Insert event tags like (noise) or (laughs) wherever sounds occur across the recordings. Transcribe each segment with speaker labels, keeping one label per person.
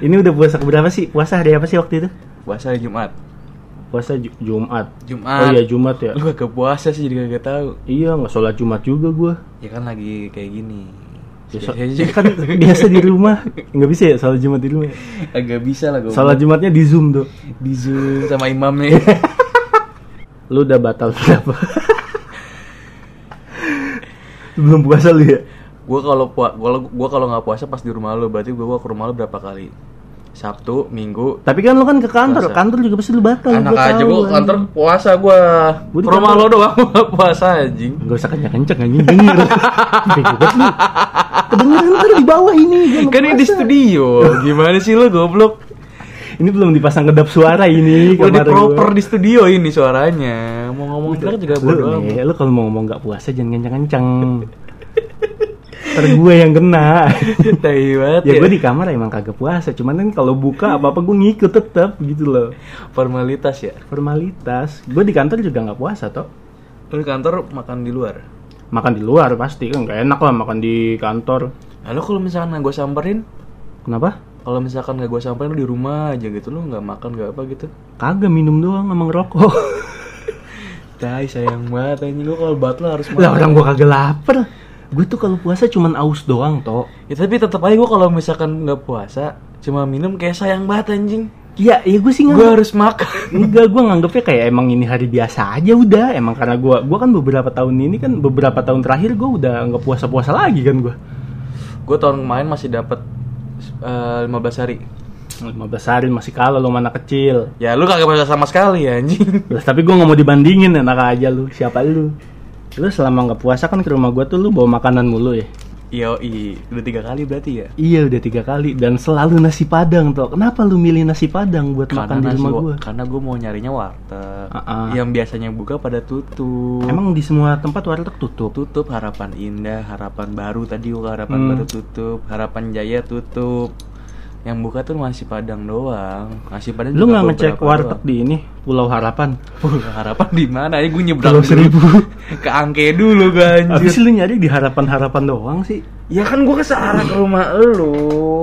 Speaker 1: Ini udah puasa berapa sih? Puasa hari apa sih waktu itu?
Speaker 2: Puasa hari Jumat.
Speaker 1: Puasa Ju- Jumat.
Speaker 2: Jumat.
Speaker 1: Oh iya Jumat ya.
Speaker 2: Lu gak puasa sih jadi gak tahu.
Speaker 1: Iya nggak sholat Jumat juga gua.
Speaker 2: Ya kan lagi kayak gini.
Speaker 1: Ya, so- (laughs)
Speaker 2: Biasanya
Speaker 1: kan biasa di rumah nggak bisa ya sholat Jumat di rumah. ya?
Speaker 2: agak bisa lah gue.
Speaker 1: Sholat Jumatnya di zoom tuh.
Speaker 2: di Zoom sama imamnya.
Speaker 1: (laughs) Lu udah batal berapa? Belum puasa lu ya?
Speaker 2: gue kalau puas, gue kalau nggak puasa pas di rumah lo, berarti gue ke rumah lo berapa kali? Sabtu, Minggu.
Speaker 1: Tapi kan lu kan ke kantor,
Speaker 2: Puasa.
Speaker 1: kantor juga pasti lu batal.
Speaker 2: Anak
Speaker 1: gua
Speaker 2: aja
Speaker 1: tahu,
Speaker 2: gue
Speaker 1: anjing.
Speaker 2: kantor puasa gue.
Speaker 1: Gua di
Speaker 2: Ke rumah
Speaker 1: kantor.
Speaker 2: lo doang (laughs) gua nggak puasa anjing.
Speaker 1: Gak usah kenceng-kenceng anjing denger. Bego banget lu. Kedengeran ntar di bawah ini. gua nggak
Speaker 2: Kan ini di
Speaker 1: puasa.
Speaker 2: studio. Gimana sih lo
Speaker 1: (laughs)
Speaker 2: goblok?
Speaker 1: Ini belum dipasang kedap suara ini.
Speaker 2: Gue di
Speaker 1: kamar
Speaker 2: proper
Speaker 1: gua.
Speaker 2: di studio ini suaranya. Mau ngomong jelek juga bodo
Speaker 1: Lu
Speaker 2: amat.
Speaker 1: nih, lu kalau mau ngomong gak puasa jangan kencang-kencang. Ntar gue yang
Speaker 2: (laughs)
Speaker 1: kena.
Speaker 2: Tai banget
Speaker 1: ya gue di kamar emang kagak puasa. Cuman kan kalau buka apa-apa gue ngikut tetap gitu loh.
Speaker 2: Formalitas ya.
Speaker 1: Formalitas. Gue di kantor juga nggak puasa toh.
Speaker 2: Lu di kantor makan di luar.
Speaker 1: Makan di luar pasti kan nggak enak lah makan di kantor.
Speaker 2: Lalu kalau misalkan gue samperin,
Speaker 1: Kenapa?
Speaker 2: kalau misalkan nggak gue samperin lu di rumah aja gitu, lu nggak makan nggak apa gitu.
Speaker 1: Kagak minum doang sama ngerokok. (laughs)
Speaker 2: Tai sayang banget anjing lu kalau batal harus
Speaker 1: lah
Speaker 2: makan.
Speaker 1: orang gue kagak lapar. Gue tuh kalau puasa cuman aus doang toh.
Speaker 2: Ya, tapi tetap aja gua kalau misalkan nggak puasa cuma minum kayak sayang banget anjing.
Speaker 1: Iya, ya gue sih nggak.
Speaker 2: Gua harus makan. (laughs)
Speaker 1: Enggak, gue nganggepnya kayak emang ini hari biasa aja udah. Emang karena gue, gue kan beberapa tahun ini kan beberapa tahun terakhir gue udah nggak puasa puasa lagi kan gue.
Speaker 2: Gue tahun kemarin masih dapat eh, 15 hari.
Speaker 1: 15 hari masih kalah lo mana kecil.
Speaker 2: Ya lu kagak puasa sama sekali ya (laughs) anjing.
Speaker 1: Lah, tapi gue nggak mau dibandingin enak aja lu. Siapa lu? Lu selama nggak puasa kan ke rumah gue tuh lu bawa makanan mulu ya.
Speaker 2: Iya, udah tiga kali berarti ya.
Speaker 1: Iya udah tiga kali dan selalu nasi padang toh. Kenapa lu milih nasi padang buat makan di
Speaker 2: nasi
Speaker 1: rumah
Speaker 2: wa-
Speaker 1: gue?
Speaker 2: karena gue mau nyarinya warteg
Speaker 1: Ah, ah.
Speaker 2: yang biasanya buka pada tutup.
Speaker 1: Emang di semua tempat warteg tutup.
Speaker 2: tutup harapan indah, harapan baru tadi gua harapan
Speaker 1: Hmm.
Speaker 2: baru tutup, harapan jaya tutup. Yang buka tuh nasi padang doang. Nasi padang
Speaker 1: Lu
Speaker 2: juga
Speaker 1: nggak
Speaker 2: baru
Speaker 1: ngecek
Speaker 2: berapa
Speaker 1: warteg
Speaker 2: doang.
Speaker 1: di ini Pulau Harapan?
Speaker 2: Pulau harapan di mana? Ini gue nyebrang
Speaker 1: Pulau
Speaker 2: dulu.
Speaker 1: Seribu.
Speaker 2: (laughs) ke Angke dulu gua
Speaker 1: Habis
Speaker 2: anjir.
Speaker 1: lu nyari di Harapan-Harapan doang sih.
Speaker 2: Ya kan gua ke searah ke rumah elu.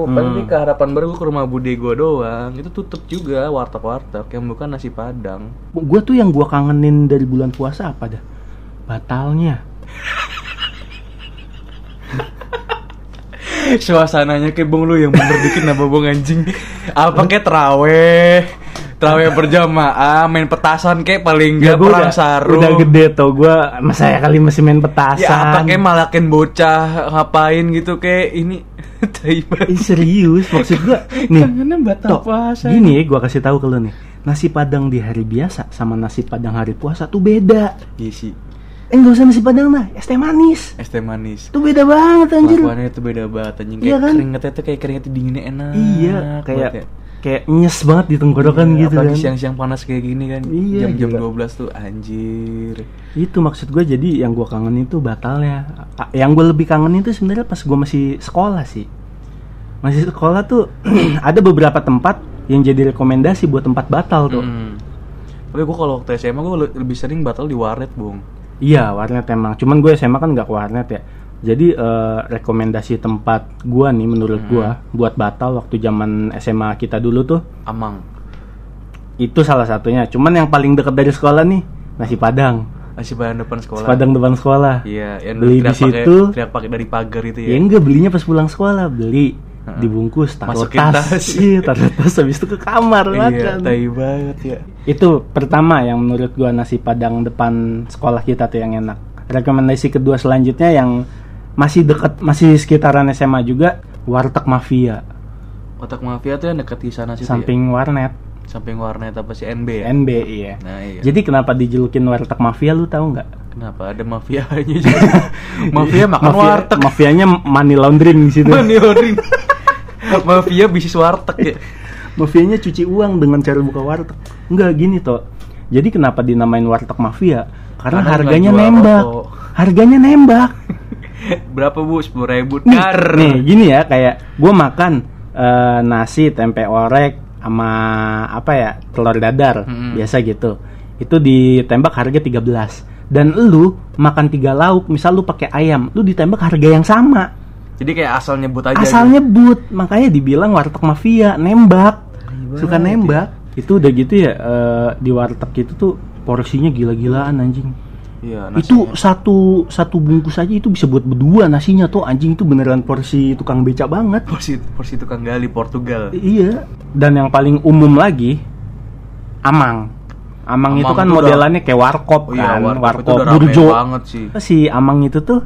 Speaker 1: Hmm.
Speaker 2: Pasti ke harapan baru gua ke rumah bude gua doang. Itu tutup juga warteg-warteg yang bukan nasi padang.
Speaker 1: Gue tuh yang gua kangenin dari bulan puasa apa dah? Batalnya.
Speaker 2: (laughs) Suasananya kayak bong lu yang bener dikit nambah bong anjing Apa kayak traweh Traweh berjamaah main petasan kayak paling
Speaker 1: Ya
Speaker 2: gak
Speaker 1: gue
Speaker 2: perang
Speaker 1: udah,
Speaker 2: sarung
Speaker 1: udah gede tau gue masa ya kali masih main petasan.
Speaker 2: Ya apa kayak malakin bocah ngapain gitu kayak ini (laughs) Tai banget.
Speaker 1: Ih, serius maksud
Speaker 2: (laughs)
Speaker 1: gue nih.
Speaker 2: Kangennya batal
Speaker 1: Tok,
Speaker 2: puasa.
Speaker 1: Gini gue kasih tahu ke lu nih. Nasi padang di hari biasa sama nasi padang hari puasa tuh beda.
Speaker 2: Iya sih
Speaker 1: Eh nggak usah nasi padang mah, es teh manis.
Speaker 2: es teh manis
Speaker 1: Itu beda banget anjir.
Speaker 2: Kelakuannya itu beda banget anjing
Speaker 1: Iya
Speaker 2: Kayak
Speaker 1: kan?
Speaker 2: keringetnya tuh kayak keringetnya dinginnya enak
Speaker 1: Iya,
Speaker 2: banget
Speaker 1: kayak
Speaker 2: ya.
Speaker 1: kayak nyes banget di tenggorokan
Speaker 2: Iya,
Speaker 1: gitu
Speaker 2: apalagi
Speaker 1: kan.
Speaker 2: siang-siang panas kayak gini kan
Speaker 1: Iya,
Speaker 2: Jam-jam
Speaker 1: gila.
Speaker 2: 12 tuh anjir
Speaker 1: Itu maksud gue jadi yang gue kangen itu batalnya. A- Yang gue lebih kangen itu sebenarnya pas gue masih sekolah sih. Masih sekolah tuh (clears throat) ada beberapa tempat yang jadi rekomendasi buat tempat batal tuh.
Speaker 2: Mm. Tapi gue kalau waktu SMA gue lebih sering batal di warnet, Bung.
Speaker 1: Iya warnet emang. Cuman gue SMA kan nggak ke warnet ya. Jadi eh, rekomendasi tempat gue nih menurut gue buat batal waktu zaman SMA kita dulu tuh
Speaker 2: Amang.
Speaker 1: itu salah satunya. Cuman yang paling dekat dari sekolah nih nasi padang.
Speaker 2: Masih bahan depan
Speaker 1: Nasi
Speaker 2: sekolah.
Speaker 1: Padang depan sekolah.
Speaker 2: Iya, yang
Speaker 1: Beli di
Speaker 2: teriak pakai-
Speaker 1: situ.
Speaker 2: teriak pakai dari pagar itu ya.
Speaker 1: Ya enggak belinya pas pulang sekolah, beli dibungkus taruh
Speaker 2: Masukin
Speaker 1: tas.
Speaker 2: tas.
Speaker 1: (laughs) Iya, taruh tas habis itu ke kamar
Speaker 2: Iya,
Speaker 1: makan.
Speaker 2: tai banget ya.
Speaker 1: Itu pertama yang menurut gua nasi Padang depan sekolah kita tuh yang enak. Rekomendasi kedua selanjutnya yang masih dekat masih sekitaran SMA juga warteg mafia
Speaker 2: Otak mafia tuh yang deket di sana situ ya.
Speaker 1: samping warnet
Speaker 2: Samping warnet apa sih NB ya?
Speaker 1: NB iya.
Speaker 2: Nah, iya.
Speaker 1: Jadi kenapa dijulukin warteg mafia lu tahu nggak?
Speaker 2: Kenapa ada
Speaker 1: (laughs)
Speaker 2: mafianya juga? mafia
Speaker 1: Mafia-
Speaker 2: makan
Speaker 1: gitu.
Speaker 2: warteg.
Speaker 1: Mafianya money laundering di situ.
Speaker 2: Money laundering. (laughs) mafia bisnis warteg ya.
Speaker 1: Mafianya cuci uang dengan cara buka warteg. Enggak gini toh. Jadi kenapa dinamain warteg mafia? Karena,
Speaker 2: Karena
Speaker 1: harganya
Speaker 2: nggak jual
Speaker 1: nembak.
Speaker 2: rokok.
Speaker 1: Harganya nembak.
Speaker 2: Berapa Bu? 10.000 ribu
Speaker 1: Nih, nih, gini ya kayak gue makan eh, nasi tempe orek sama apa ya telur dadar
Speaker 2: Mm-mm.
Speaker 1: biasa gitu. Itu ditembak harga 13 dan lu makan tiga lauk misal lu pakai ayam lu ditembak harga yang sama
Speaker 2: Jadi kayak asal nyebut aja. gitu.
Speaker 1: asal nyebut makanya dibilang warteg mafia nembak
Speaker 2: Gila
Speaker 1: suka
Speaker 2: banget
Speaker 1: nembak itu udah gitu ya eh, di warteg itu tuh porsinya gila-gilaan anjing
Speaker 2: gitu. Iya,
Speaker 1: itu satu satu bungkus aja itu bisa buat berdua nasinya tuh anjing itu beneran porsi tukang beca banget
Speaker 2: porsi porsi tukang gali Portugal.
Speaker 1: iya dan yang paling umum lagi amang amang,
Speaker 2: Amang
Speaker 1: itu kan
Speaker 2: itu udah-
Speaker 1: modelannya kayak warkop
Speaker 2: Oh iya,
Speaker 1: kan
Speaker 2: warkop, itu
Speaker 1: warkop
Speaker 2: udah rame
Speaker 1: burjo
Speaker 2: banget sih.
Speaker 1: si amang itu tuh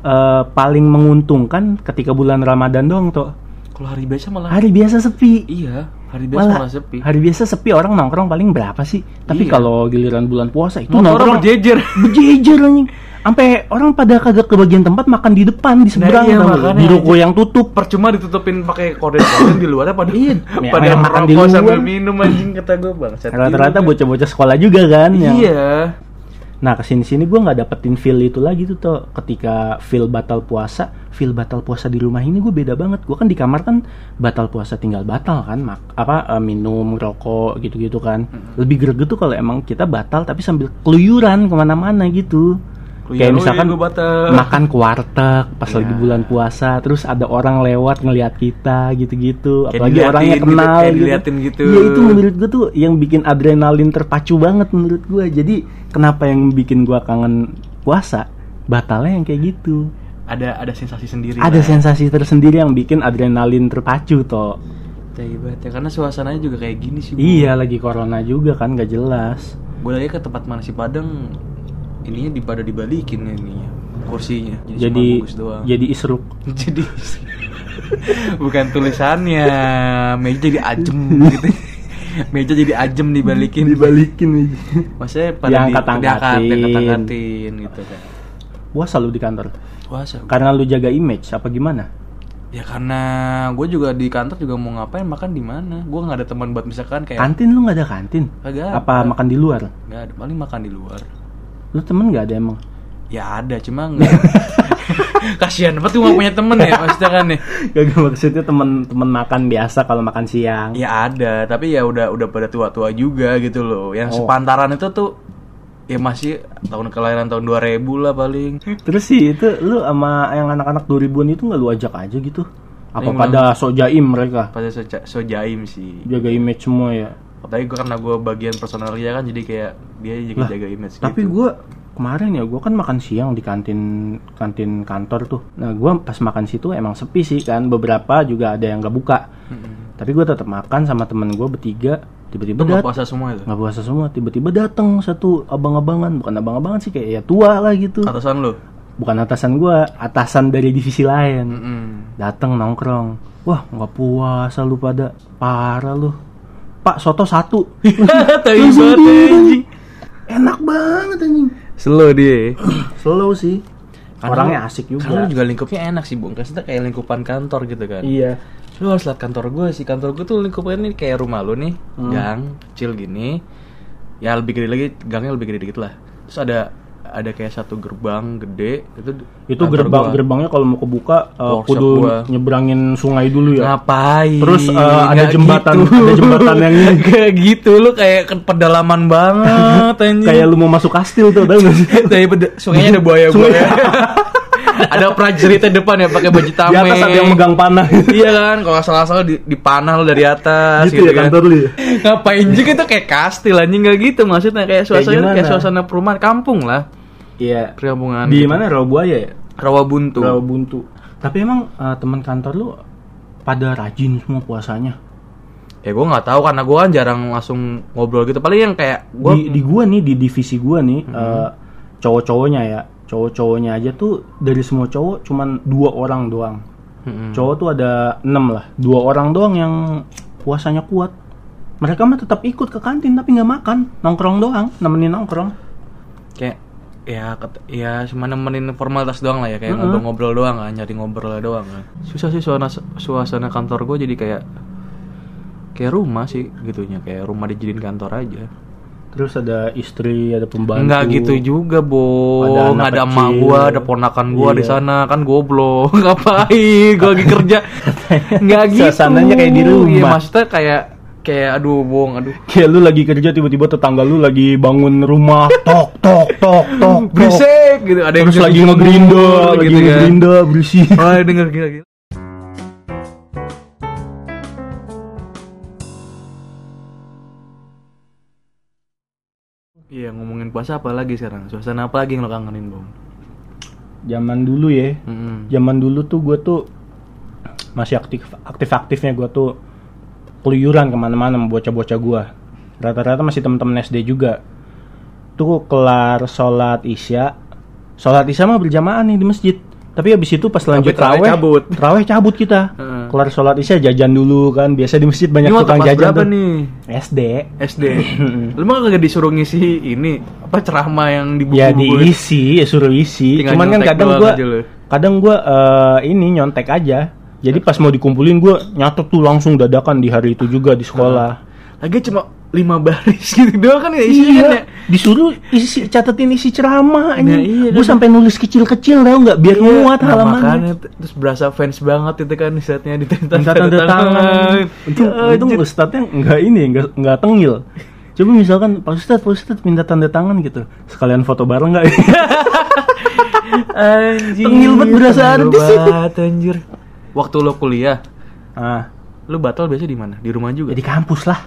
Speaker 1: eh, paling menguntungkan ketika bulan ramadan doang tuh
Speaker 2: Kalau hari biasa malah
Speaker 1: hari biasa sepi
Speaker 2: iya, hari biasa
Speaker 1: Malah,
Speaker 2: malah sepi.
Speaker 1: Hari biasa sepi orang nongkrong paling berapa sih? Tapi
Speaker 2: Iya.
Speaker 1: kalau giliran bulan puasa itu
Speaker 2: Motor
Speaker 1: nongkrong
Speaker 2: berjejer. (laughs)
Speaker 1: berjejer anjing. Sampai orang pada kagak kebagian tempat makan di depan di seberang
Speaker 2: iya,
Speaker 1: tau nggak?
Speaker 2: makanya
Speaker 1: di ruko yang tutup.
Speaker 2: Percuma ditutupin pakai korden-korden di luarnya pada
Speaker 1: Iya,
Speaker 2: pada
Speaker 1: yang makan di
Speaker 2: merokok sambil
Speaker 1: luar.
Speaker 2: minum anjing kata gue bangsat. Iya.
Speaker 1: Rata-rata
Speaker 2: juga.
Speaker 1: bocah-bocah sekolah juga kan yang-
Speaker 2: Iya.
Speaker 1: Nah, kesini sini gua nggak dapetin feel itu lagi tuh toh. Ketika feel batal puasa, feel batal puasa di rumah ini gue beda banget. Gue kan di kamar kan batal puasa tinggal batal kan, mak apa eh, minum, rokok gitu-gitu kan.
Speaker 2: Mm-hmm.
Speaker 1: Lebih greget tuh kalau emang kita batal tapi sambil keluyuran kemana-mana gitu.
Speaker 2: Keluyuran,
Speaker 1: Kayak
Speaker 2: oh iya,
Speaker 1: misalkan
Speaker 2: gua batal. Iya.
Speaker 1: makan ke warteg pas lagi bulan puasa, terus ada orang lewat ngelihat kita gitu-gitu.
Speaker 2: Kayak
Speaker 1: Apalagi
Speaker 2: diliatin
Speaker 1: orang yang
Speaker 2: gitu,
Speaker 1: kenal
Speaker 2: kayak diliatin gitu.
Speaker 1: Iya, itu menurut gue tuh yang bikin adrenalin terpacu banget menurut gue jadi kenapa yang bikin gue kangen puasa batalnya yang kayak gitu
Speaker 2: Ada ada sensasi sendiri.
Speaker 1: ada
Speaker 2: lah.
Speaker 1: sensasi tersendiri yang bikin adrenalin terpacu toh
Speaker 2: Tai banget ya, karena suasananya juga kayak gini sih.
Speaker 1: iya lagi corona juga kan gak jelas
Speaker 2: Gue lagi ke tempat mana sih Padang ininya di pada dibalikin ininya kursinya. Jadi, cuma
Speaker 1: jadi
Speaker 2: bungkus doang.
Speaker 1: jadi isruk
Speaker 2: (laughs) jadi bukan tulisannya meja jadi ajem gitu meja jadi ajem dibalikin
Speaker 1: dibalikin
Speaker 2: maksudnya pada
Speaker 1: Diangkat-angkatin.
Speaker 2: diangkat-angkatin gitu kan
Speaker 1: puasa lu di kantor
Speaker 2: puasa
Speaker 1: karena lu jaga image apa gimana
Speaker 2: ya karena gue juga di kantor juga mau ngapain makan di mana gue nggak ada teman buat misalkan kayak
Speaker 1: kantin lu nggak ada kantin
Speaker 2: Kagak
Speaker 1: apa
Speaker 2: ada.
Speaker 1: makan di luar
Speaker 2: nggak ada paling makan di luar
Speaker 1: lu temen nggak ada
Speaker 2: (laughs)
Speaker 1: emang
Speaker 2: ya ada cuma nggak (laughs) kasihan banget tuh nggak punya temen ya maksudnya kan nih
Speaker 1: gak maksudnya temen-temen makan biasa kalau makan siang
Speaker 2: Ya ada, tapi ya udah udah pada tua-tua juga gitu loh.
Speaker 1: Oh.
Speaker 2: Yang sepantaran itu tuh ya masih tahun kelahiran tahun 2000 lah paling.
Speaker 1: Terus sih itu lu sama yang anak-anak 2000-an itu nggak lu ajak aja gitu? Apa
Speaker 2: Emang.
Speaker 1: pada sok jaim mereka?
Speaker 2: Pada soja- sojaim sih.
Speaker 1: Jaga image semua ya.
Speaker 2: Tapi gua karena gue bagian personalnya kan jadi kayak dia jaga jaga image
Speaker 1: Tapi
Speaker 2: gitu.
Speaker 1: gua kemarin ya gua kan makan siang di kantin kantin kantor tuh. Nah, gua pas makan situ emang sepi sih kan. Beberapa juga ada yang nggak buka. Tapi gua tetap makan sama temen gua bertiga.
Speaker 2: Itu
Speaker 1: Tiba-tiba
Speaker 2: nggak
Speaker 1: datang
Speaker 2: puasa semua itu.
Speaker 1: nggak puasa semua. Tiba-tiba datang satu abang-abangan, bukan abang-abangan sih kayak ya tua lah gitu.
Speaker 2: Atasan lo.
Speaker 1: Bukan atasan gua, atasan dari divisi lain.
Speaker 2: (laughs) Mm-mm.
Speaker 1: datang nongkrong wah nggak puasa lu pada parah lu pak soto satu
Speaker 2: Tai
Speaker 1: Langsung
Speaker 2: banget,
Speaker 1: dingin,
Speaker 2: anjing.
Speaker 1: enak banget anjing
Speaker 2: Slow dia.
Speaker 1: slow sih
Speaker 2: Karena-
Speaker 1: orangnya asik
Speaker 2: Karena
Speaker 1: juga
Speaker 2: juga lingkupnya enak sih, Bung. Kasih kayak lingkupan kantor gitu kan.
Speaker 1: iya
Speaker 2: lu harus lihat kantor gue sih kantor gue tuh lingkupannya ini kayak rumah lu nih
Speaker 1: Hmm.
Speaker 2: gang kecil gini ya lebih gede lagi gangnya lebih gede dikit lah terus ada ada kayak satu gerbang gede itu
Speaker 1: itu
Speaker 2: kantor
Speaker 1: gerbang
Speaker 2: gua.
Speaker 1: gerbangnya kalau mau kebuka uh,
Speaker 2: Workshop
Speaker 1: kudu
Speaker 2: gua.
Speaker 1: nyebrangin sungai dulu ya
Speaker 2: ngapain
Speaker 1: Terus, eh, ada
Speaker 2: Nggak
Speaker 1: jembatan- ada jembatan yang ini.
Speaker 2: Nggak gitu lu (laughs) kayak ke pedalaman banget
Speaker 1: (laughs)
Speaker 2: anjing (laughs)
Speaker 1: kayak lu mau masuk kastil tuh tau nggak sih
Speaker 2: dari peda- sungainya ada buaya
Speaker 1: Sungai.
Speaker 2: buaya
Speaker 1: (laughs)
Speaker 2: ada prajuritnya depan ya pakai baju
Speaker 1: di
Speaker 2: tameng
Speaker 1: atas ada yang megang panah
Speaker 2: iya kan kalau salah-salah di, dipanah lu dari atas
Speaker 1: (laughs) gitu ya
Speaker 2: kan
Speaker 1: kantor lu ya
Speaker 2: ngapain juga itu kayak kastil anjing nggak gitu maksudnya kayak suasana
Speaker 1: gimana?
Speaker 2: kayak, suasana perumahan kampung lah
Speaker 1: iya
Speaker 2: perkampungan gitu.
Speaker 1: di mana Rawabuaya ya
Speaker 2: Rawabuntu
Speaker 1: Rawabuntu tapi emang uh, teman kantor lu pada rajin semua puasanya
Speaker 2: ya gue nggak tahu karena gue kan jarang langsung ngobrol gitu paling yang kayak gue
Speaker 1: di, di gua nih di divisi gua nih eh, cowok-cowoknya ya cowok-cowoknya aja tuh dari semua cowok cuman dua orang doang cowok tuh ada enam lah dua orang doang yang puasanya kuat mereka mah tetap ikut ke kantin tapi nggak makan nongkrong doang nemenin nongkrong
Speaker 2: kayak ya ket- ya cuma nemenin formalitas doang lah ya kayak
Speaker 1: Mm-mm.
Speaker 2: ngobrol-ngobrol doang kan nyari ngobrol doang kan susah sih suasana suasana kantor gue jadi kayak kayak rumah sih gitunya kayak rumah dijadiin kantor aja
Speaker 1: terus ada istri ada pembantu
Speaker 2: Enggak gitu juga,
Speaker 1: Ada
Speaker 2: Bo.
Speaker 1: anak
Speaker 2: Ada emak
Speaker 1: kecil.
Speaker 2: gua, ada ponakan gua di
Speaker 1: Iya.
Speaker 2: sana. Kan goblok. (laughs) Ngapain? Gua lagi kerja. Enggak gitu.
Speaker 1: Suasananya kayak di rumah.
Speaker 2: Iya, maksudnya kayak kayak aduh bohong aduh
Speaker 1: Kayak lu lagi kerja tiba-tiba tetangga lu lagi bangun rumah tok tok tok tok. tok.
Speaker 2: berisik gitu ada yang
Speaker 1: Oh. Terus lagi ngegerinda,
Speaker 2: Gitu kan.
Speaker 1: lagi
Speaker 2: (laughs)
Speaker 1: ngegerinda berisik.
Speaker 2: oh denger gila gila Iya ngomongin puasa apa lagi sekarang? Suasana apa lagi yang lo kangenin bang?
Speaker 1: Zaman dulu ya.
Speaker 2: Mm-mm.
Speaker 1: Zaman dulu tuh gue tuh masih aktif aktif aktifnya gue tuh keluyuran kemana-mana sama bocah-bocah gue. Rata-rata masih temen-temen SD juga. Tuh kelar sholat isya, sholat isya mah berjamaah nih di masjid. Tapi abis itu pas lanjut
Speaker 2: terawih
Speaker 1: terawih,
Speaker 2: cabut.
Speaker 1: terawih cabut kita.
Speaker 2: Heeh.
Speaker 1: Kelar sholat isya jajan dulu kan. Biasa di masjid banyak
Speaker 2: Ini waktu
Speaker 1: tukang
Speaker 2: kelas
Speaker 1: jajan
Speaker 2: berapa
Speaker 1: tuh.
Speaker 2: nih?
Speaker 1: SD.
Speaker 2: SD.
Speaker 1: (laughs)
Speaker 2: Lu mah kagak disuruh ngisi ini apa ceramah yang di buku
Speaker 1: Ya diisi, ya suruh isi.
Speaker 2: Tinggal
Speaker 1: Cuman kan
Speaker 2: nyontek
Speaker 1: kadang
Speaker 2: doang
Speaker 1: gua
Speaker 2: aja lu.
Speaker 1: kadang gua eh, ini nyontek aja. Jadi pas mau dikumpulin gua nyatet tuh langsung dadakan di hari itu juga di sekolah.
Speaker 2: Lagi cuma lima baris (laughs) gitu doang kan ya isinya kan ya.
Speaker 1: Iya, disuruh isi catetin isi ceramah
Speaker 2: Nah,
Speaker 1: anjing.
Speaker 2: iya,
Speaker 1: gua
Speaker 2: kan.
Speaker 1: sampai nulis kecil-kecil tau nggak biar muat
Speaker 2: Nah,
Speaker 1: halamannya.
Speaker 2: makanya t- terus berasa fans banget itu kan di saatnya di tanda Iya,
Speaker 1: Minta tanda tangan. Itu
Speaker 2: Ya,
Speaker 1: itu ustadznya nggak ini, nggak nggak tengil. Coba misalkan Pak Ustadz, Pak Ustadz minta tanda tangan gitu. Sekalian foto bareng nggak? (laughs)
Speaker 2: anjir.
Speaker 1: Tengil banget berasa
Speaker 2: tengil
Speaker 1: artis itu.
Speaker 2: banget, anjir. Waktu lo kuliah,
Speaker 1: ah,
Speaker 2: lo batal biasa di mana? Di rumah juga?
Speaker 1: ya di kampus lah.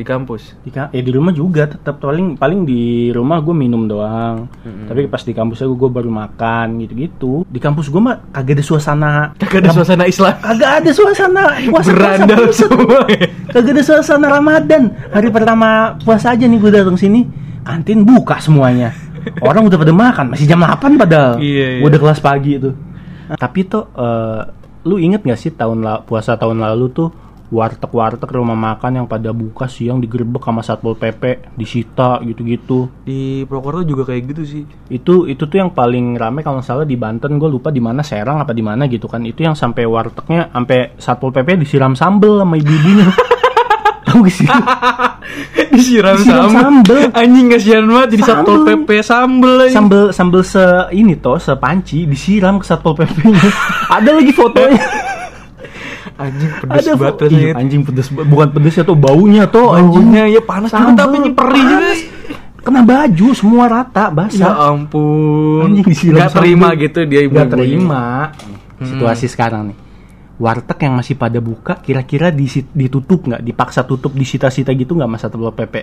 Speaker 2: Di kampus. (laughs)
Speaker 1: di ka- ya di rumah juga tetap paling paling di rumah gue minum doang tapi pas di kampusnya gue baru makan gitu gitu di kampus gue mah kagak ada suasana
Speaker 2: Kagak ada suasana Islam.
Speaker 1: kagak ada suasana puasa puasa
Speaker 2: Berandal
Speaker 1: puasa.
Speaker 2: semua. ya.
Speaker 1: kagak ada suasana ramadan hari pertama puasa aja nih gue datang sini kantin buka semuanya orang udah pada makan masih jam 8 padahal
Speaker 2: Iya, iya.
Speaker 1: Gua udah kelas pagi itu tapi tuh eh, lu inget gak sih tahun la- puasa tahun lalu tuh warteg-warteg rumah makan yang pada buka siang digerebek sama satpol pp disita gitu-gitu
Speaker 2: Di Prokerto juga kayak gitu sih.
Speaker 1: itu itu tuh yang paling rame kalau nggak salah di Banten gue lupa di mana Serang apa di mana gitu kan itu yang sampai wartegnya sampai satpol pp disiram sambel sama
Speaker 2: (laughs)
Speaker 1: ibu-ibunya tahu gak sih lu?
Speaker 2: Disiram,
Speaker 1: Disiram sambel.
Speaker 2: Anjing kasihan banget jadi
Speaker 1: Sambel.
Speaker 2: satpol PP sambel anjing.
Speaker 1: sambel sambel se ini toh sepanci disiram ke satpol pp-nya
Speaker 2: (laughs)
Speaker 1: ada lagi fotonya
Speaker 2: Anjing pedes
Speaker 1: ada
Speaker 2: banget
Speaker 1: foto
Speaker 2: rasanya.
Speaker 1: Ih, anjing pedes ba- bukan pedesnya tuh baunya toh
Speaker 2: Baunya ya panas
Speaker 1: Sambel,
Speaker 2: banget tapi nyeperi juga.
Speaker 1: panas. kena baju semua rata
Speaker 2: Ya
Speaker 1: basah
Speaker 2: ampun.
Speaker 1: Anjing disiram
Speaker 2: Nggak terima
Speaker 1: sambel.
Speaker 2: gitu dia Hmm. ibu.
Speaker 1: Nggak terima situasi sekarang nih warteg yang masih pada buka kira-kira disi- ditutup nggak dipaksa tutup disita-sita gitu nggak mas satpol pp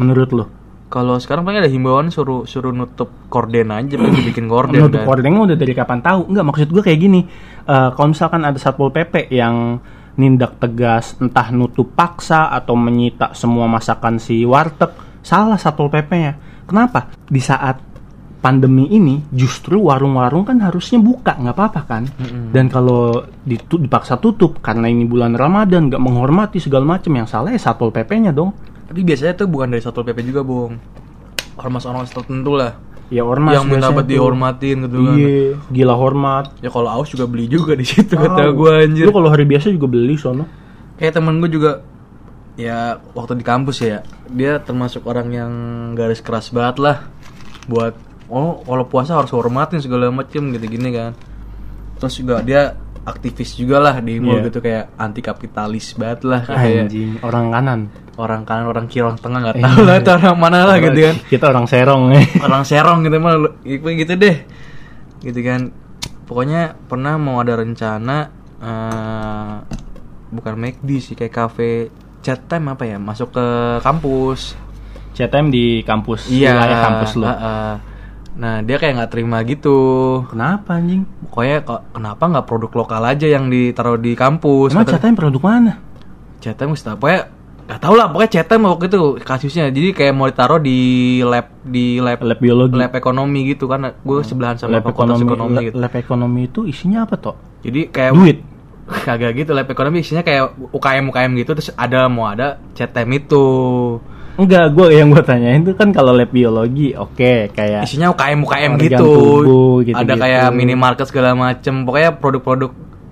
Speaker 1: menurut lo
Speaker 2: Kalau sekarang paling ada himbauan suruh suruh nutup korden aja
Speaker 1: (clears throat)
Speaker 2: pengen bikin korden
Speaker 1: Menutup
Speaker 2: kan.
Speaker 1: kordengnya udah dari kapan tahu? Enggak maksud gue kayak gini. Eh kalau misalkan ada satpol pp yang nindak tegas, entah nutup paksa atau menyita semua masakan si warteg, salah satpol pp-nya. Kenapa? Di saat pandemi ini justru warung-warung kan harusnya buka nggak apa-apa kan dan kalau ditu- dipaksa tutup karena ini bulan ramadan nggak menghormati segala macam yang salah ya satpol pp-nya dong
Speaker 2: Tapi biasanya tuh bukan dari satpol PP juga, Bong. Ormas-ormas tertentu lah
Speaker 1: ya ormas
Speaker 2: yang minta
Speaker 1: biasanya
Speaker 2: buat
Speaker 1: tuh.
Speaker 2: dihormatin gitu kan.
Speaker 1: iya gila hormat
Speaker 2: Ya kalau aus juga beli juga di situ kata
Speaker 1: Tahu.
Speaker 2: gue anjir.
Speaker 1: Lu Ah, kalau hari biasa juga beli sono.
Speaker 2: kayak temen gue juga ya waktu di kampus ya dia termasuk orang yang garis keras banget lah buat oh kalau puasa harus hormatin segala macem gitu gini kan terus juga dia aktivis juga lah di mall
Speaker 1: Iya.
Speaker 2: gitu kayak anti kapitalis banget lah kayak
Speaker 1: Anjing, orang kanan.
Speaker 2: orang kanan orang kiri orang tengah nggak tahu lah itu orang mana lah gitu kan
Speaker 1: Kita orang serong eh.
Speaker 2: orang serong gitu mah lu- gitu deh gitu kan pokoknya pernah mau ada rencana eh bukan McD sih kayak cafe chat time apa ya masuk ke kampus
Speaker 1: CTM di kampus, wilayah Iya, kampus lu.
Speaker 2: eh, eh. nah dia kayak nggak terima gitu
Speaker 1: Kenapa anjing?
Speaker 2: pokoknya kok kenapa nggak produk lokal aja yang ditaruh di kampus
Speaker 1: Emang CTM produk mana?
Speaker 2: chat time Ustaz. pokoknya nggak tahu lah pokoknya chat time waktu itu kasusnya jadi kayak mau ditaruh di lab di lab
Speaker 1: Lab biologi.
Speaker 2: lab ekonomi gitu kan gue sebelahan sama
Speaker 1: Lab
Speaker 2: fakultas
Speaker 1: ekonomi,
Speaker 2: ekonomi
Speaker 1: lab-
Speaker 2: gitu
Speaker 1: lab ekonomi itu isinya apa toh?
Speaker 2: jadi kayak
Speaker 1: Duit.
Speaker 2: kagak gitu lab ekonomi isinya kayak UKM UKM gitu terus ada mau ada CTM itu
Speaker 1: Enggak, gue yang gue tanyain itu kan kalau lab biologi, oke, kayak
Speaker 2: isinya UKM UKM
Speaker 1: Ya. Organ
Speaker 2: gitu.
Speaker 1: tubuh, gitu-gitu.
Speaker 2: ada kayak minimarket segala macem pokoknya produk-produk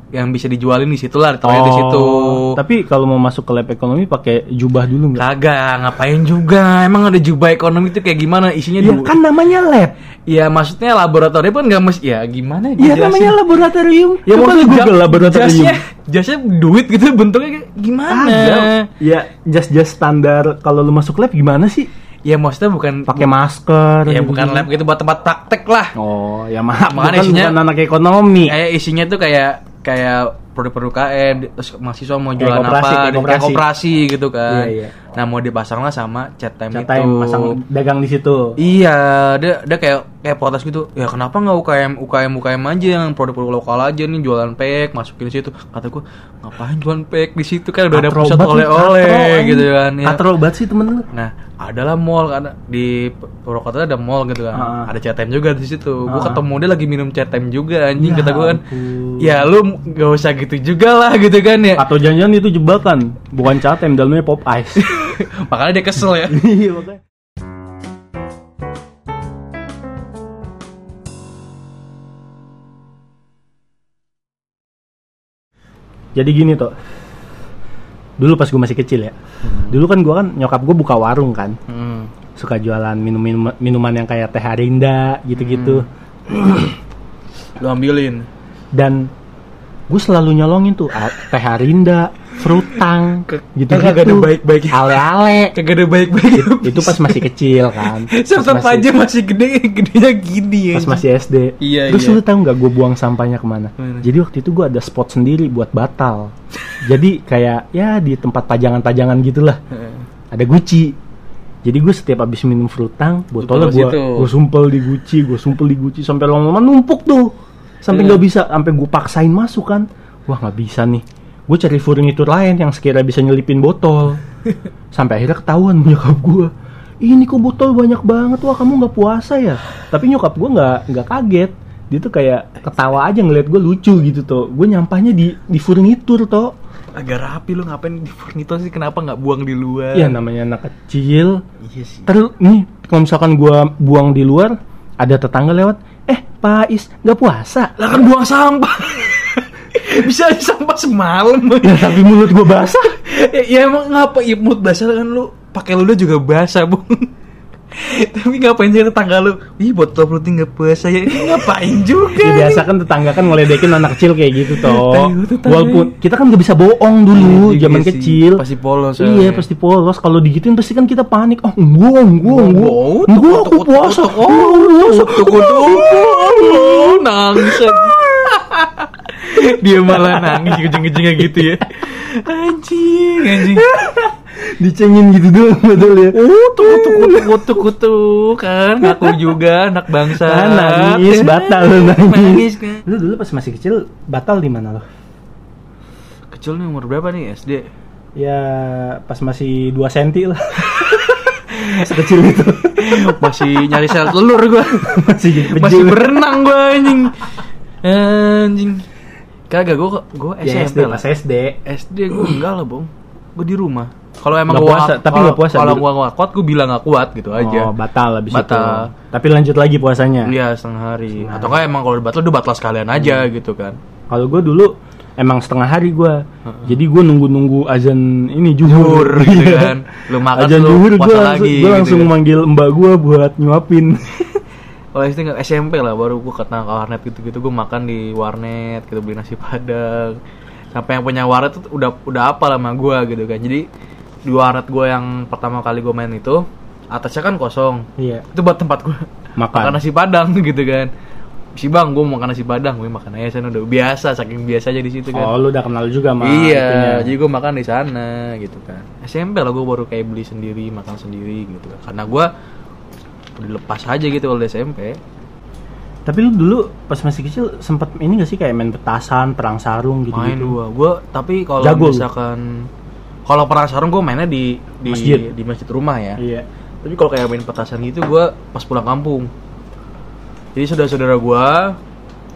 Speaker 2: yang bisa dijualin di situ lah ditaruhnya di situ
Speaker 1: Oh. Tapi kalau mau masuk ke lab ekonomi pakai jubah dulu nggak?
Speaker 2: Kagak, ngapain juga? Emang ada jubah ekonomi itu kayak gimana? Isinya
Speaker 1: Ya
Speaker 2: du-
Speaker 1: kan namanya lab.
Speaker 2: Ya maksudnya laboratorium kan nggak mesti ya gimana?
Speaker 1: Ya
Speaker 2: dijelasin?
Speaker 1: namanya laboratorium.
Speaker 2: Ya
Speaker 1: Coba lu
Speaker 2: maksudnya jam-
Speaker 1: Google laboratorium.
Speaker 2: Jasnya, jasnya duit gitu bentuknya kayak gimana?
Speaker 1: Ada. Ya jas-jas standar kalau lu masuk lab gimana sih?
Speaker 2: Ya maksudnya bukan
Speaker 1: Pakai masker. gitu-gitu.
Speaker 2: ya bukan lab gitu buat tempat praktek lah.
Speaker 1: Oh, ya maaf.
Speaker 2: Makanya
Speaker 1: Bukan,
Speaker 2: isinya- Eh,
Speaker 1: bukan anak ekonomi.
Speaker 2: Kayak isinya tuh kayak kayak produk-produk KM terus mahasiswa mau
Speaker 1: Kayak
Speaker 2: jualan
Speaker 1: koperasi,
Speaker 2: apa
Speaker 1: kayak
Speaker 2: di- kayak
Speaker 1: koperasi.
Speaker 2: koperasi gitu kan.
Speaker 1: Iya, iya.
Speaker 2: Nah, mau dipasanglah sama chat time
Speaker 1: Cat
Speaker 2: itu.
Speaker 1: time pasang dagang di situ.
Speaker 2: gitu. Iya, dia dia kayak kayak protes gitu. Ya kenapa nggak UKM UKM UKM aja yang produk-produk lokal aja nih jualan pek masukin situ. Kata gua ngapain jualan pek di situ kan udah ada
Speaker 1: Katro
Speaker 2: pusat
Speaker 1: banget, katro,
Speaker 2: oleh-oleh
Speaker 1: anjing.
Speaker 2: gitu kan. Ya.
Speaker 1: Katro banget sih temen lu.
Speaker 2: Nah, adalah mall karena di P- Purwakarta ada mall gitu kan.
Speaker 1: Ah.
Speaker 2: Ada chat time juga di situ. Gua
Speaker 1: Ah.
Speaker 2: ketemu dia lagi minum chat time juga anjing
Speaker 1: Ya
Speaker 2: kata gua kan.
Speaker 1: ampun. Ah.
Speaker 2: Ya lu nggak usah gitu juga lah gitu kan ya.
Speaker 1: Atau jangan-jangan itu jebakan, bukan catem, dalamnya pop ice.
Speaker 2: (laughs) Makanya dia kesel ya.
Speaker 1: Iya, makanya. Jadi gini toh. Dulu pas gue masih kecil ya. Dulu kan gue kan nyokap gue buka warung kan.
Speaker 2: Hmm.
Speaker 1: Suka jualan minum minuman yang kayak teh harinda gitu-gitu.
Speaker 2: Hmm. Lu ambilin.
Speaker 1: Dan gue selalu nyolongin tuh ah, teh harinda, frutang,
Speaker 2: Ke-
Speaker 1: gitu-gitu.
Speaker 2: kagak ada baik-baiknya. (laughs)
Speaker 1: Ale-ale.
Speaker 2: Kagak ada baik-baik. (laughs)
Speaker 1: Itu pas masih kecil kan. Pas
Speaker 2: Tetep
Speaker 1: masih-
Speaker 2: aja masih gede, (laughs) gedenya gini ya.
Speaker 1: pas masih SD.
Speaker 2: Iya,
Speaker 1: Terus
Speaker 2: iya.
Speaker 1: lu tahu nggak gue buang sampahnya kemana?
Speaker 2: Kemana?
Speaker 1: Jadi waktu itu gue ada spot sendiri buat batal. Jadi kayak ya di tempat pajangan-pajangan gitulah.
Speaker 2: Heeh.
Speaker 1: Ada Gucci. Jadi gue setiap abis minum frutang, botolnya
Speaker 2: Terus
Speaker 1: gue
Speaker 2: itu.
Speaker 1: gue sumpel di Gucci, gue sumpel di Gucci sampai lama-lama numpuk tuh. Sampai
Speaker 2: Iya.
Speaker 1: nggak bisa, sampai gue paksain masuk kan. Wah nggak bisa nih. Gue cari furnitur lain yang sekira bisa nyelipin botol. sampai akhirnya ketahuan nyokap gue. Ini kok botol banyak banget, wah kamu nggak puasa ya? Tapi nyokap gue nggak nggak kaget. Dia tuh kayak ketawa aja ngeliat gue lucu gitu tuh. Gue nyampahnya di di furnitur toh.
Speaker 2: Agak rapi lu ngapain di furnitur sih kenapa nggak buang di luar?
Speaker 1: Ya namanya anak kecil,
Speaker 2: Iya sih.
Speaker 1: Terus nih kalau misalkan gua buang di luar, ada tetangga lewat, eh Pak Is nggak puasa. (laughs)
Speaker 2: Lah kan buang sampah. (laughs) Bisa aja sampah semalam.
Speaker 1: Ya (laughs) tapi mulut gua basah.
Speaker 2: (laughs) ya, ya emang ngapa ya mood basah kan lu pakai ludah juga basah, Bung. (laughs) Tapi ngapain sih tetangga lu? Ih, botol fruity nggak puasa ya. Ih, Ngapain juga?
Speaker 1: Ya, biasa kan tetangga kan ngeledekin anak kecil kayak gitu toh.
Speaker 2: Aduh, tetangga.
Speaker 1: Walaupun kita kan nggak bisa bohong dulu
Speaker 2: Iya
Speaker 1: zaman
Speaker 2: sih,
Speaker 1: kecil.
Speaker 2: pasti polos eh.
Speaker 1: Iya
Speaker 2: soalnya.
Speaker 1: pasti polos. Kalau digituin pasti kan kita panik. Oh gua gua gua
Speaker 2: Utuk,
Speaker 1: gua
Speaker 2: utuk,
Speaker 1: aku
Speaker 2: utuk,
Speaker 1: puasa.
Speaker 2: utuk, Oh,
Speaker 1: Gua puasa.
Speaker 2: utuk, utuk,
Speaker 1: (laughs)
Speaker 2: utuk, nangis aja. dia malah nangis kencing-kencingnya gitu ya anjing anjing
Speaker 1: Dicengin gitu doang betul ya.
Speaker 2: kutuk kutuk kutuk kutuk kutuk kan aku juga anak bangsa Eh,
Speaker 1: Nah, nangis batal lu nangis.
Speaker 2: nangis kan
Speaker 1: Lu dulu pas masih kecil batal di mana lo?
Speaker 2: kecil nih umur berapa nih SD
Speaker 1: Ya pas masih 2 cm lah (laughs) Sekecil itu (laughs)
Speaker 2: masih nyari sel telur gua
Speaker 1: Masih jadi
Speaker 2: masih
Speaker 1: kecil.
Speaker 2: berenang gua anjing anjing kagak gua gua
Speaker 1: Ya SD
Speaker 2: SMP lah
Speaker 1: pas SD
Speaker 2: SD gue enggak lah bong gue di rumah kalau emang
Speaker 1: Nggak
Speaker 2: gua
Speaker 1: puasa,
Speaker 2: nggak-
Speaker 1: tapi
Speaker 2: kalau-
Speaker 1: nggak puasa
Speaker 2: kalau
Speaker 1: dulu.
Speaker 2: gue nggak kuat gue bilang nggak kuat gitu aja
Speaker 1: Oh batal abis
Speaker 2: Batal.
Speaker 1: itu Tapi lanjut lagi puasanya
Speaker 2: iya setengah hari atau kayak emang kalau batal udah batal sekalian aja
Speaker 1: Hmm.
Speaker 2: gitu kan
Speaker 1: Kalau gue dulu emang setengah hari gua Jadi gue nunggu-nunggu azan ini (laughs)
Speaker 2: Zuhur,
Speaker 1: juhur
Speaker 2: gitu
Speaker 1: Iya.
Speaker 2: kan. Lu makan,
Speaker 1: Azan
Speaker 2: lu
Speaker 1: juhur
Speaker 2: puasa
Speaker 1: gue
Speaker 2: lagi,
Speaker 1: langsung, gua
Speaker 2: gitu
Speaker 1: langsung
Speaker 2: kan.
Speaker 1: manggil mbak gua buat
Speaker 2: (laughs)
Speaker 1: nyuapin
Speaker 2: kalau SD nggak SMP lah baru gue kena ke warnet gitu gitu gue makan di warnet gitu beli nasi padang sampai yang punya warnet tuh udah udah apa lah sama gue gitu kan jadi di warnet gue yang pertama kali gue main itu atasnya kan kosong
Speaker 1: Iya
Speaker 2: itu buat tempat gue makan
Speaker 1: Makan
Speaker 2: nasi padang (laughs) gitu kan si bang gue mau makan nasi padang gue makan aja sana udah biasa saking biasa aja di situ
Speaker 1: Oh
Speaker 2: kan
Speaker 1: lu udah kenal juga sama itunya.
Speaker 2: iya jadi gue makan di sana gitu kan SMP lah gue baru kayak beli sendiri makan sendiri gitu kan karena gue dilepas aja gitu kalau di SMP
Speaker 1: Tapi lu dulu pas masih kecil sempet ini gak sih kayak main petasan, perang sarung gitu
Speaker 2: main
Speaker 1: gitu.
Speaker 2: dua gue tapi kalau
Speaker 1: Jago lu.
Speaker 2: misalkan kalau perang sarung gue mainnya di di
Speaker 1: Masjid.
Speaker 2: di masjid rumah ya
Speaker 1: Iya.
Speaker 2: Tapi kalau kayak main petasan gitu gue pas pulang kampung. Jadi saudara-saudara gue,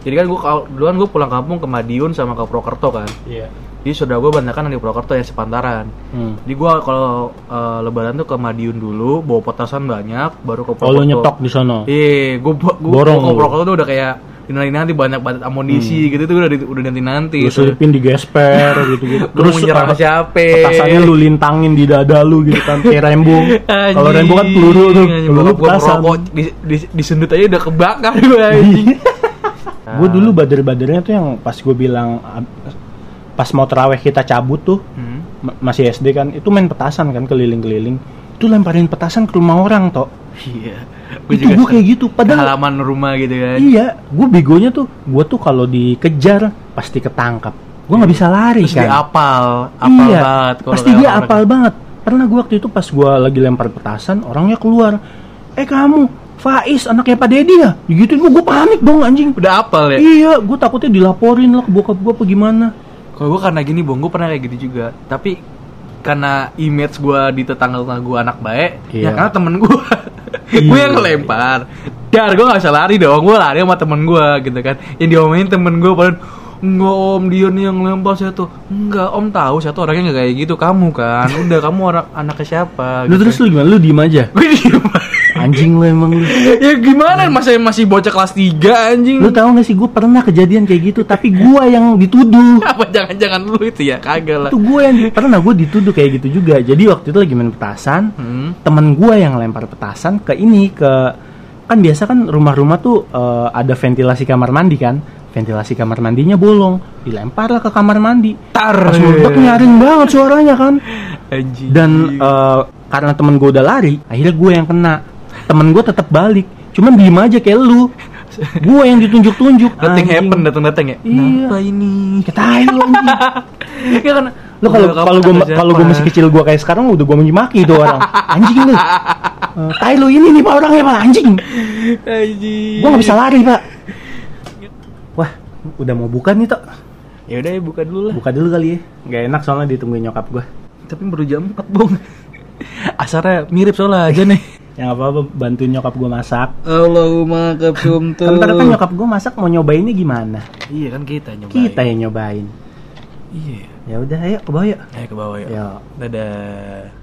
Speaker 2: jadi kan gue dulu kan gue pulang kampung ke Madiun sama ke Prokerto kan.
Speaker 1: Iya.
Speaker 2: Jadi saudara gue banyak kan ada di Prokerto yang sepantaran.
Speaker 1: Hmm.
Speaker 2: Jadi gue kalau eh, lebaran tuh ke Madiun dulu, bawa petasan banyak, baru ke
Speaker 1: Oh,
Speaker 2: Prokerto.
Speaker 1: lu nyetok di sono.
Speaker 2: Iya, gue gue
Speaker 1: Borong
Speaker 2: ke
Speaker 1: lu. Hmm.
Speaker 2: Prokerto tuh udah kayak nanti banyak banget amunisi gitu tuh udah di- udah nanti nanti
Speaker 3: Lu selipin di
Speaker 2: (laughs)
Speaker 3: gesper gitu-gitu.
Speaker 2: iya. Lu mau nyerang
Speaker 1: peta-
Speaker 2: siapa?
Speaker 1: Petasannya lu lintangin di dada lu gitu kan kayak rembo. Kalau
Speaker 2: Anjing,
Speaker 1: rembo kan peluru tuh.
Speaker 2: anjing,
Speaker 1: Peluru
Speaker 2: bokap gua
Speaker 1: petasan. Iya.
Speaker 2: merokok, di- di- disundut aja udah kebakar gua anjing. Ah.
Speaker 1: Gue dulu bader-badernya tuh yang pas gue bilang ab- pas mau teraweh kita cabut tuh
Speaker 2: Hmm.
Speaker 1: ma- masih SD kan itu main petasan kan keliling-keliling itu lemparin petasan ke rumah orang toh
Speaker 2: Iya. Gua
Speaker 1: itu
Speaker 2: juga
Speaker 1: gue kayak gitu
Speaker 2: ke
Speaker 1: padahal
Speaker 2: halaman rumah gitu kan.
Speaker 1: iya gue begonya tuh gue tuh kalau dikejar pasti ketangkap gue nggak bisa lari
Speaker 2: Iya. Terus
Speaker 1: kan
Speaker 2: dia apal, apal
Speaker 1: iya,
Speaker 2: banget kalau
Speaker 1: pasti
Speaker 2: kayak
Speaker 1: dia
Speaker 2: orang-orang.
Speaker 1: apal banget pernah gue waktu itu pas gue lagi lempar petasan orangnya keluar eh kamu Faiz anaknya Pak Deddy ya digituin gue gue panik dong anjing
Speaker 2: Udah apal ya.
Speaker 1: iya gue takutnya dilaporin lah ke bokap gue apa gimana
Speaker 2: Kalau gue karena gini bong, gue pernah kayak gitu juga. Tapi karena image gue di tetangga-tetangga gue anak baik, ya
Speaker 1: Iya.
Speaker 2: karena temen gue. (laughs) gue yang ngelempar. Dar, gue gak bisa lari dong, gue lari sama temen gue gitu kan. Yang diomongin temen gue paling, enggak om, dia nih yang lempar saya tuh. Enggak om tahu, saya tuh orangnya gak kayak gitu. Kamu kan, udah kamu orang anaknya siapa.
Speaker 1: lu
Speaker 2: (laughs)
Speaker 1: terus lu gimana lu diem aja
Speaker 2: gue diem. (laughs)
Speaker 1: anjing lu emang lu
Speaker 2: ya gimana masa masih bocah kelas 3 anjing.
Speaker 1: Hmm. lu tahu gak sih gue pernah kejadian kayak gitu tapi gue yang dituduh
Speaker 2: (laughs) Apa jangan-jangan lu itu ya, kagak lah.
Speaker 1: itu gue yang di- pernah gue dituduh kayak gitu juga jadi waktu itu lagi main petasan
Speaker 2: Hmm.
Speaker 1: temen gue yang lempar petasan ke ini ke kan biasa kan rumah-rumah tuh eh, ada ventilasi kamar mandi kan ventilasi kamar mandinya bolong dilemparlah ke kamar mandi
Speaker 2: Tar.
Speaker 1: pas meledak nyaring banget suaranya kan
Speaker 2: Anjing.
Speaker 1: dan eh, karena temen gue udah lari akhirnya gue yang kena temen gue tetap balik cuman diem aja kayak lu gue yang ditunjuk-tunjuk
Speaker 2: Nothing
Speaker 1: Anjing.
Speaker 2: happen datang-datang ya.
Speaker 1: Iya.
Speaker 2: Kenapa ini?
Speaker 1: Kayak tai lu anjing
Speaker 2: Ya kan
Speaker 1: Lo kalau kalau gue kalau gue masih kecil gue kayak sekarang udah gue maki itu (laughs) orang anjing lu. Eh, tai lu ini nih pak orangnya pak anjing. Gue nggak bisa lari pak. Iya, Wah udah mau buka nih tok.
Speaker 2: Ya udah ya buka dulu lah.
Speaker 1: Buka dulu kali ya. Gak enak soalnya ditungguin nyokap gue.
Speaker 2: Tapi baru jam 4, Bung. (laughs) Asarnya mirip soalnya aja nih.
Speaker 1: Yang apa apa Ya, bantuin nyokap gue masak.
Speaker 2: Allahumma kapsum
Speaker 1: Kan ntar kan nyokap gue masak mau nyobainnya gimana?
Speaker 2: Iya kan kita nyobain.
Speaker 1: Kita yang nyobain.
Speaker 2: Iya.
Speaker 1: Ya udah ayo ke bawah yuk.
Speaker 2: Ayo ke bawah yuk.
Speaker 1: Yuk.
Speaker 2: Dadah.